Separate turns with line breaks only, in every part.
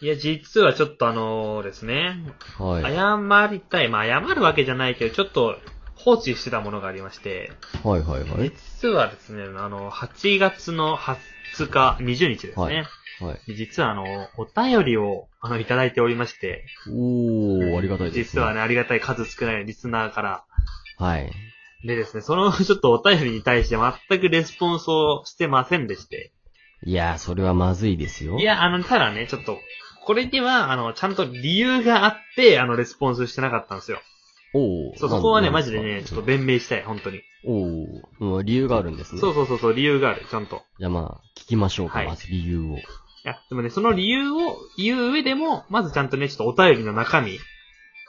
いや、実はちょっとあのですね、
はい。
謝りたい。まあ、謝るわけじゃないけど、ちょっと放置してたものがありまして、
はいはいはい。
実はですね、あの、8月の20日、20日ですね。
はいはい。
実はあの、お便りを、あの、いただいておりまして、
おー、ありがたいです、
実はね、。ありがたい数少ないリスナーから。
はい。
でですね、そのちょっとお便りに対して全くレスポンスをしてませんでして。
いやー、それはまずいですよ。
いや、あの、ただね、ちょっと、これには、あの、ちゃんと理由があって、あの、レスポンスしてなかったんですよ。
おー。
そう、
なん
そこはね、
なん
マ
す
ジ
か
でね、ちょっと弁明したい、本当に。
おー、うん理由があるんですね。
そうそうそう、そう理由がある、ちゃんと。
じゃあまあ、聞きましょうか、
はい
まず理由を。
いや、でもね、その理由を言う上でも、まずちゃんとね、ちょっとお便りの中身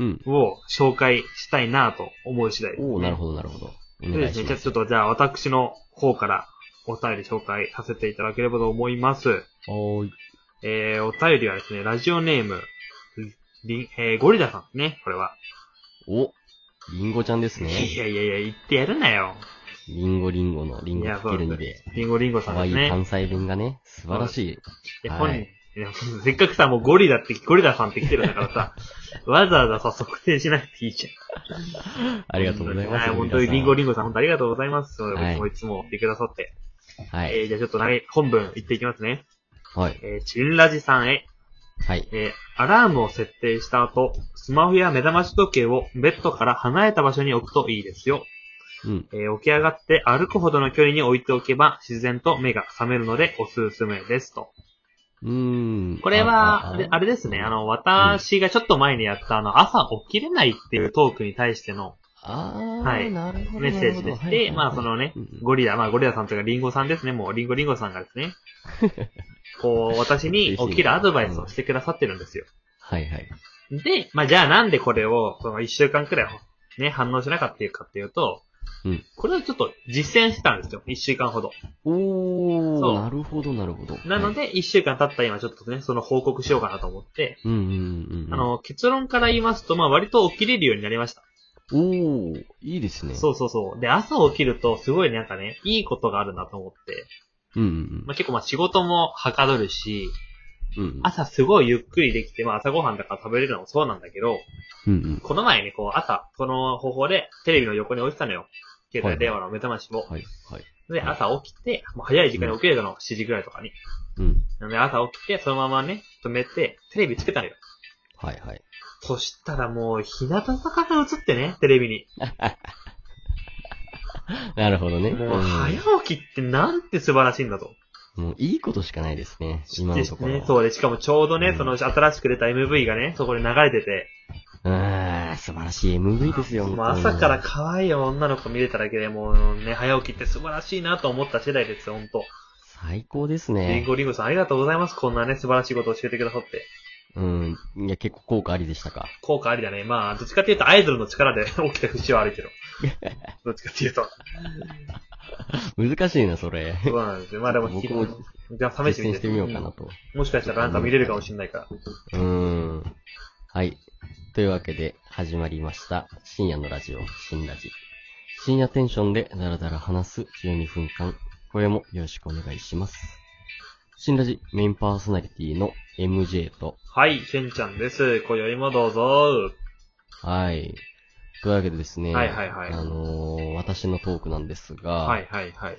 うん。
を紹介したいなと思う次第です、ね。
おー、なるほどなるほど。お
そう
願
で
い
す
し
ね。じゃ
ま
あ
す。
ちょっとじゃあ私の方からお便り紹介させていただければと思います。
おーい。
えー、お便りはですね、ラジオネーム、りんえー、ゴリラさんですね、これは。
お、リンゴちゃんですね。
いやいやいや、言ってやるなよ。
リンゴリンゴのリンゴ
いや
かける2で。
リンゴリンゴさ
可
んで
愛い
す
関
ね。
西弁がね、素晴らしい。
いや
はい
本人いやせっかくさ、もうゴリラって、ゴリラさんって来てるんだから さ、わざわざさ、測定しなくていいじゃん。
ありがとうございます。
は本当にリンゴ
リ
リンゴさん、本当ありがとうございます。
はい
い、つも言ってくださって。
ンゴ。は
え
い。
ーじゃあちょっと長い本文言っていきますね。
はい。
えー、チンラジさんへ。
はい。
えーアラームを設定した後、スマホや目覚まし時計をベッドから離れた場所に置くといいですよ。
うん。
えー起き上がって歩くほどの距離に置いておけば自然と目が覚めるのでおすすめですと。
うーん。
これは、あれあ
れ
れですね、あの、私がちょっと前にやったあの、朝起きれないっていうトークに対しての
あー、
はい
なるほど。
メッセージで
なる
し
ほど
て、まあそ、のね
うんうん、
ゴリラ、まあゴリラさんというかリンゴさんですね、もうリンゴリンゴさんが ですね、こう、私に起きるアドバイスをしてくださってるんですよ。
はいはい。
で、まあ、じゃあなんでこれを、その一週間くらい、ね、反応しなかったかっていうと、
うん
これをちょっと実践したんですよ。一週間ほど。
お
そう
ー、なるほど、なるほど。
なの
はい、
で、一週間経った今ちょっとね、その報告しようかなと思って、
うんうんうん。
あ、の、結論から言いますと、まあ、割と起きれるようになりました。
おー、いいですね。
そうそうそう。で、朝起きると、すごいなんかね、いいことがあるなと思って、
うんうん
まあ、結構まあ、仕事もはかどるし、
うん。うんうん。
朝すごいゆっくりできて、まあ、朝ごはんだから食べれるのもそうなんだけど、
うんうん。
この前ね、こう、朝、この方法で、テレビの横に置いてたのよ。携帯電話の目覚ましも。
はいはい。
で、朝起きて、もう早い時間に起きれたの、7時ぐらいとかに。
うん。
なので、朝起きて、そのままね、止めて、テレビつけたのよ。
はいはい。
そしたらもう、日向坂が映ってね、テレビに。
なるほどね。
もう、
ん
早起きってなんて素晴らしいんだと。
もういいことしかないですね。今のところ。
ね、そうで、しかもちょうどね、
うん
その、新しく出た MV がね、そこで流れてて、
うーん、素晴らしい MV ですよ。
もう
本当に
朝から。可愛い女の子見れただけでもうね、早起きって素晴らしいなと思った世代ですよ、ほんと。
最高です
リン
ね。
ゴリンゴさんありがとうございます。こんなね、素晴らしいことを教えてくださって。
うん。いや、結構効果ありでしたか。
効果ありだね。まあ、どっちかっていうとアイドルの力で 起きた節はある けど。どっちかっていうと。
難しいな、それ。
そうなんですよ。まあでも、
僕も
じゃあ試して
実
み
践
て。
してみようかなと。
うんもしかしたらあなた見れるかもしれないから。
うーん。はい。というわけで、始まりました。深夜のラジオ、新ラジ。深夜テンションでだらだら話す12分間。これもよろしくお願いします。新ラジメインパーソナリティの MJ と
はい、ケンちゃんです。今宵もどうぞ。
はい。というわけでですね。
はいはいはい
あのー、私のトークなんですが、
はい、はい、はい。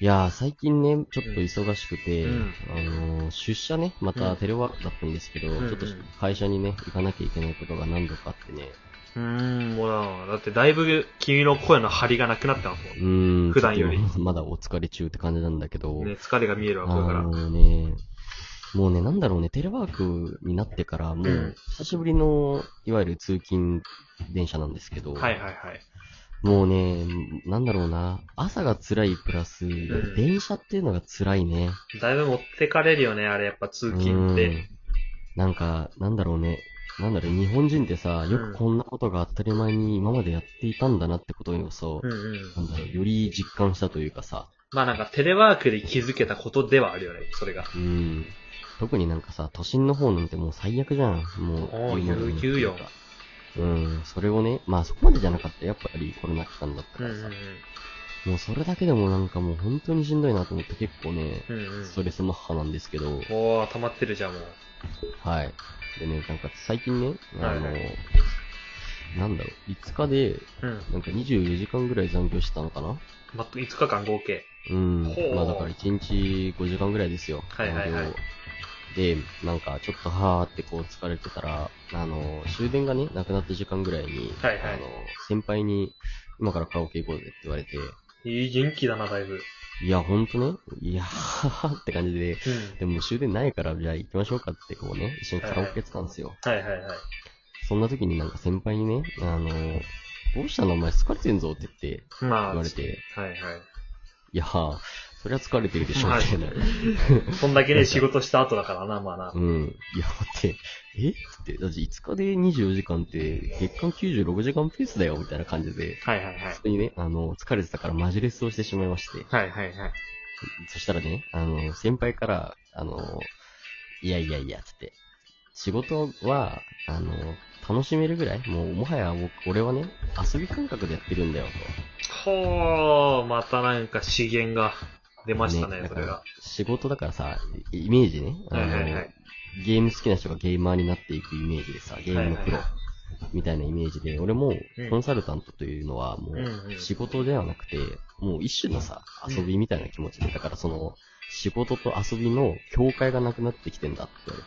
いやー、最近ね、ちょっと忙しくて、
うん
あのー、出社ね、ま
う
た
ん
テレワークだったんですけど、
んうん
ちょっと会社にね、行かなきゃいけないことが何度かあってね、
うーん、もうな、だってだいぶ君の声の張りがなくなったも
うーん、
普段より
ちょっとまだお疲れ中って感じなんだけど、
ん。ね、疲れが見える
あ
わ、これから。
のーね、もうね、なんだろうね、テレワークになってから、も
うん
う、久しぶりの、いわゆる通勤電車なんですけど、
はい、はい、はい。
もうね、なんだろうな、朝が辛いプラス、
ん
電車っていうのが辛いね。
だいぶ持ってかれるよね、あれ、やっぱ通勤っ
う
て。
んなんか、なんだろうね、なんだろう、日本人ってさ、よくこんなことが当たり前に今までやっていたんだなってことをさ、
うん、うん。
なんだろう、より実感したというかさ、
まあなんかテレワークで気づけたことではあるよね、それが。
うん。特になんかさ、都心の方なんてもう最悪じゃん。も
おー
う、今の
言う言うよ
うん、それをね、まあそこまでじゃなかった。やっぱりコロナ期間だった
うん
から
うん
さ。
うん。
もうそれだけでもなんかもう本当にしんどいなと思って結構ね、
うんうん。
ストレスマッハなんですけど、
おー、溜まってるじゃん、もう。
はい。でね、なんか最近ね、あの、
はいはい
なんだろう、5日で、
うん。
なんか24時間ぐらい残業してたのかな
ま、5日間合計。
うん
ほう。
まあだから1日5時間ぐらいですよ。
はいはいはい
残業で、なんかちょっとはーってこう疲れてたら、あの、終電がね、なくなった時間ぐらいに、
はいはい
あの、先輩に、今からカラオケ行こうぜって言われて、
いい、元気だな、だいぶ。
いや、ほんとね、いやーって感じで、
うん。
でも終電ないから、じゃあ行きましょうかってこうね、一緒にカラオケやってたんですよ。
はいはいはい。
そんな時になんか先輩にね、あの、どうしたのお前疲れてんぞって言って、
まあ、
言われて、
はいはい
やー、そりゃ疲れてるでしょ、みたいな。
い。そんだけね、仕事した後だからな、まあな
う。ん。いや、待って、えって、だって5日で24時間って、月間96時間ペースだよ、みたいな感じで、
はいはいはい
そ。こにね、あの、疲れてたからマジレスをしてしまいまして、
はいはいはい。
そしたらね、あの、先輩から、あの、いやいやいや、つって、仕事は、あの、楽しめるぐらい、もう、もはや僕、俺はね、遊び感覚でやってるんだよ、
ほー、またなんか資源が出
と。
ましたね、
だ
そ
か
れ
ら
が。
仕事だからさ、イイメージね、あ
は
の、
いはいはい。
ゲーム好きな人がゲーマーになっていくイメージでさ、ゲームのプロ
はいはいは
みたいなイメージで、俺も
うん
コンサルタントというのはも
うんう
うん仕事ではなくて、もう一種のさ、
うん
遊びみたいな気持ちで、だからその、仕事と遊びの境界がなくなってきてんだって言わ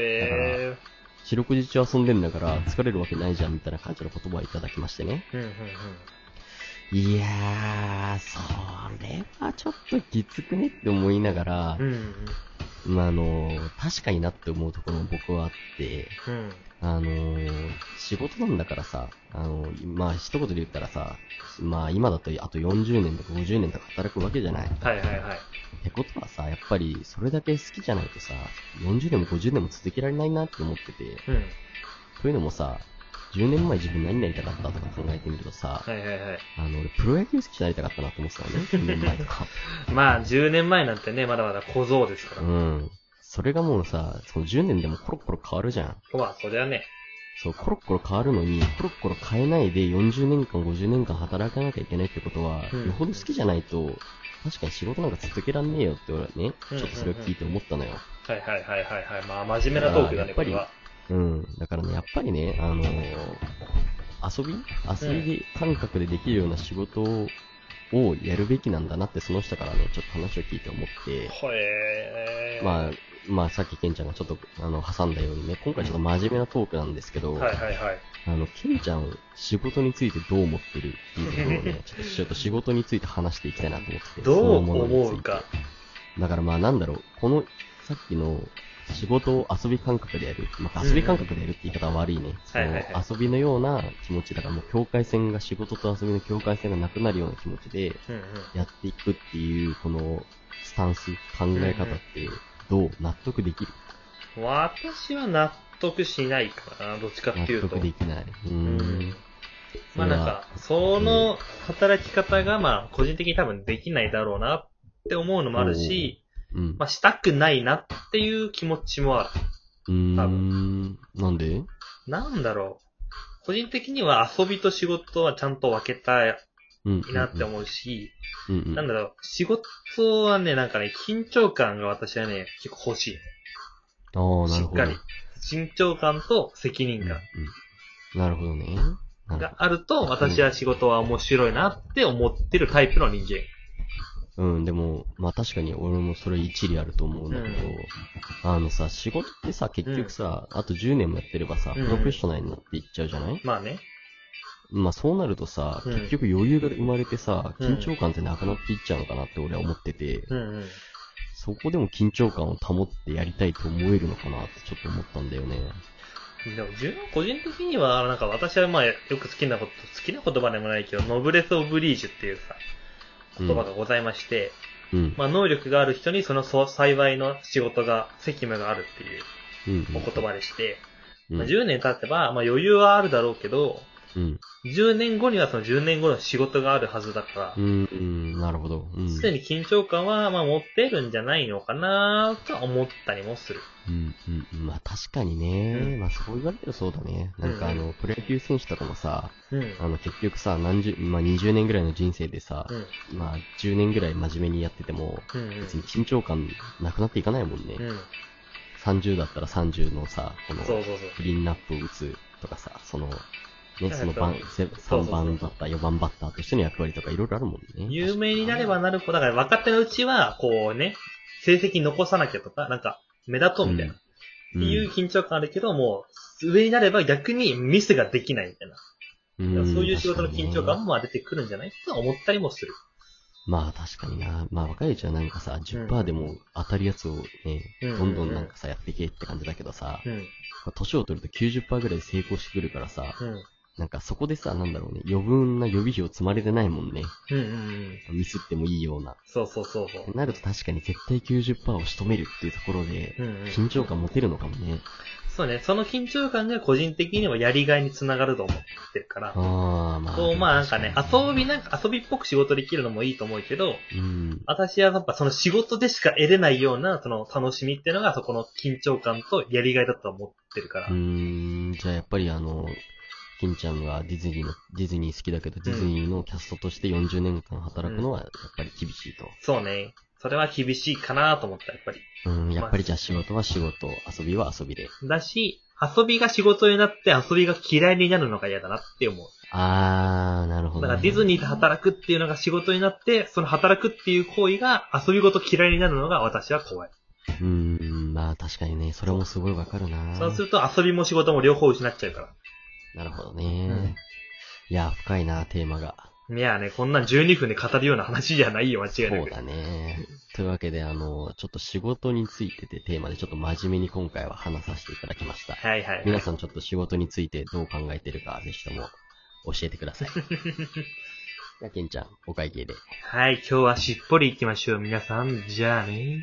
れて、
ほえ
四六時中遊んでんだから疲れるわけないじゃんみたいな感じの言葉をいただきましてね。
ー。うんうんうん。
いやー、それはちょっときつくねって思いながら
う、んうん
まあ、あの、確かになって思うところも僕はあって、
うん。
あのー、仕事なんだからさ、あのー、まあ、一言で言ったらさ、まあ、今だとあと40年とか50年とか働くわけじゃない。っ
はいはいはい。
てことはさ、やっぱりそれだけ好きじゃないとさ、40年も50年も続けられないなって思ってて、
うん。
というのもさ、10年前自分何になりたかったとか考えてみるとさ、
はいはいはい。
あの、俺プロ野球好きになりたかったなって思ってたのね、10年前とか。
まあ、10年前なんてね、まだまだ小僧ですから。
うん。それがもうさ、その10年でもコロコロ変わるじゃん。
まあ、そりゃね。
そう、コロッコロ変わるのに、コロッコロ変えないで40年間、50年間働かなきゃいけないってことは、
うん
よほど好きじゃないと、確かに仕事なんか続けらんねえよって俺はね、
うん
ちょっとそれを聞いて思ったのよ。
はいはいはいはいはい。まあ、真面目なトークだね、
あ
こ
ー
れ
や
は
っ。うん。だからね、やっぱりね、あのー遊び遊びで感覚でできるような仕事を、やるべきなんだなって、その人からね、ちょっと話を聞いて思って、
ほえー。
まあ、まあさっきケンちゃんがちょっと、あの、挟んだようにね、今回ちょっと真面目なトークなんですけど、
はいはいはい。
あの、ケンちゃん、仕事についてどう思ってるっていうところをね、ちょっとちょっと仕事について話していきたいなと思ってて。
どう
そのものに
思
ついうて
か。。
だからまあなんだろう、この、さっきの、仕事を遊び感覚でやる。まあ、遊び感覚でやるって言い方は悪いね。そ
はいはいはい
の遊びのような気持ちだから、もう境界線が、仕事と遊びの境界線がなくなるような気持ちで
うんうん。
やっていくっていう、このスタンス、考え方って、どう納得できる
私は納得しないかな、どっちかっ
納
ていうと
得。できない。うー
うんん。。まあなんか、その働き方がまあ個人的に多分できないだろうなって思うのもあるし、
うん。
まあしたくないなっていう気持ちもある。
うーん。なんで
なんだろう。個人的には遊びと仕事はちゃんと分けたい
うん
なって思うし、
うんうん。
なんだろう、仕事はね、なんかね、緊張感が私はね、結構欲しい。
ああ、な
し
る
っ
ほど。
かり。緊張感と責任感
うんうんなるほどね。なる
があると、私は仕事は面白いなって思ってるタイプの人間。
うん、でも、まあ確かに俺もそれ一理あると思うんだけど、
うん
あのさ、仕事ってさ、結局さ、あと10年もやってればさ、
うん
プロフェッショナルになっていっちゃうじゃない、
まあね。
まあそうなるとさ、
うん
結局余裕が生まれてさ、
うん
緊張感ってなくなっていっちゃうのかなって俺は思ってて、
うんうん。
そこでも緊張感を保ってやりたいと思えるのかなってちょっと思ったんだよね。
でも自分、個人的には、なんか私はまあ、よく好きなこと、好きな言葉でもないけど、ノブレス・オブリージュっていうさ、
うん
言葉がございまして、
うん。
まあ、能力がある人にそのそう幸いの仕事が、責務があるっていう
うん。
お言葉でして、
うん
まあ、10年経てば、まあ、余裕はあるだろうけど、
うん。
10年後にはその10年後の仕事があるはずだか
う
ら、
ん、うん、なるほど。うん。
すでに緊張感は、まあ持ってるんじゃないのかなとは思ったりもする。
うん、うん、うんまあ確かにね、
うん
まあそう言われるとそうだね。なんかあ
うん
の、プロ野球選手とかもさ、
うん。
あの結局さ、何十、まあ20年ぐらいの人生でさ、
うん。
まあ10年ぐらい真面目にやってても、
うん。うん
別に緊張感なくなっていかないもんね。
うん。
30だったら30のさ、この、
そうそうそう。
クリーンナップを打つとかさ、その、ね、その
なん
番、
か
せ
そうそう
3番バッター、4番バッターとしての役割とかいろいろあるもんね。
有名になればなるほど、だから若手のうちは、こうね、成績残さなきゃとか、なんか、目立とうみたいな。っていう緊張感あるけど、もう、上になれば逆にミスができないみたいな。
うん、
だ
ん
からそういう仕事の緊張
確
感
かにね
もまあ出てくるんじゃないとは思ったりもする。
まあ確かにな。まあ若いうちはなんかさ、
う
10%
ん
でも当たるやつをね、
うん
どんどんなんかさ、やってけって感じだけどさ、
うん。
年を取ると90%ぐらい成功してくるからさ、
うん。
なんかそこでさ、なんだろうね、余分な予備費を積まれてないもんね。
うんうんうん。
ミスってもいいような。
そうそうそうそ
って
う。
なると確かに絶対90%を仕留めるっていうところで、
うんうん、
緊張感持てるのかもね。
そうね、その緊張感が個人的にはやりがいにつながると思ってるから、
ああ、まあ。
こうまあなんかね、
確
遊
に
び、なんか遊びっぽく仕事できるのもいいと思うけど、
うん。
私はやっぱその仕事でしか得れないようなその楽しみっていうのがそこの緊張感とやりがいだと思ってるから。
うーん、じゃあやっぱりあの、金ちゃんがディズニーの、ディズニー好きだけど、ディズニーのキャストとして40年間働くのはやっぱり厳しいと。
そうね。それは厳しいかなと思った、やっぱり。
うん、やっぱりじゃあ仕事は仕事、遊びは遊びで。
だし、遊びが仕事になって遊びが嫌いになるのが嫌だなって思う。
あー、なるほ
だ
ど、
か
ね。
らディズニーで働くっていうのが仕事になって、その働くっていう行為が遊びごと嫌いになるのが私は怖い。
うーん、まあ確かにね、それもすごいわかるな
そうすると遊びも仕事も両方失っちゃうか
なるほど
うん
ね。いや、深いな、テーマが。
ら。いやね、こんなん12分で語るような話じゃないよ、間違いな
そう
く。
だね。というわけで、あの、ちょっと仕事についててテーマでちょっと真面目に今回は話させていただきました。
はいはい。
皆さんちょっと仕事についてどう考えてるか、ぜひとも教えて ください。じゃあ、ケンちゃん、お会計で。
はい、今日はしっぽり行きましょう、皆さん。じゃあね。